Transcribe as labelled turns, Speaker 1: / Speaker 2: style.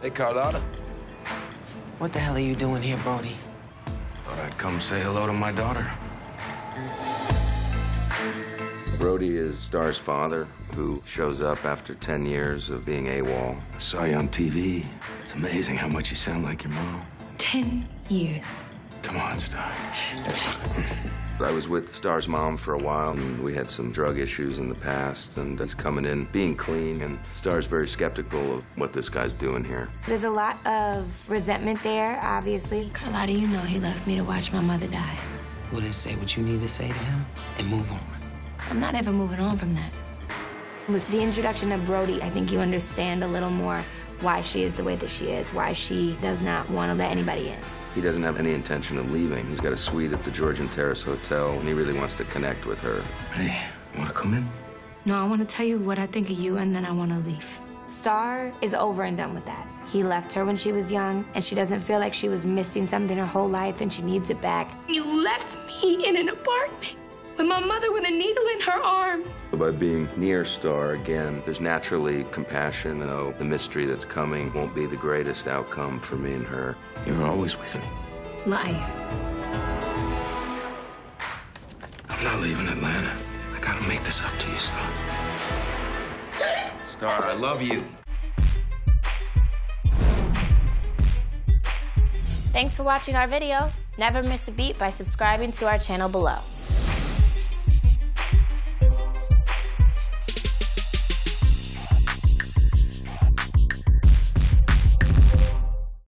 Speaker 1: Hey, Carlotta.
Speaker 2: What the hell are you doing here, Brody?
Speaker 3: Thought I'd come say hello to my daughter.
Speaker 1: Brody is Star's father, who shows up after 10 years of being AWOL.
Speaker 3: I saw you on TV. It's amazing how much you sound like your mom.
Speaker 4: Ten years.
Speaker 3: Come on, Star.
Speaker 1: I was with Star's mom for a while, and we had some drug issues in the past, and he's coming in being clean, and Star's very skeptical of what this guy's doing here.
Speaker 5: There's a lot of resentment there, obviously.
Speaker 4: Carlotta, you know he left me to watch my mother die.
Speaker 2: Well, then say what you need to say to him and move on.
Speaker 4: I'm not ever moving on from that.
Speaker 5: With the introduction of Brody, I think you understand a little more why she is the way that she is, why she does not want to let anybody in.
Speaker 1: He doesn't have any intention of leaving. He's got a suite at the Georgian Terrace Hotel, and he really wants to connect with her.
Speaker 3: Hey, want to come in?
Speaker 4: No, I want to tell you what I think of you, and then I want to leave.
Speaker 5: Star is over and done with that. He left her when she was young, and she doesn't feel like she was missing something her whole life and she needs it back.
Speaker 4: You left me in an apartment with my mother with a needle in her arm.
Speaker 1: By being near Star again, there's naturally compassion, and oh, the mystery that's coming won't be the greatest outcome for me and her.
Speaker 3: You were always with me.
Speaker 4: Liar.
Speaker 3: I'm not leaving Atlanta. I gotta make this up to you, Star. Star, I love you.
Speaker 5: Thanks for watching our video. Never miss a beat by subscribing to our channel below.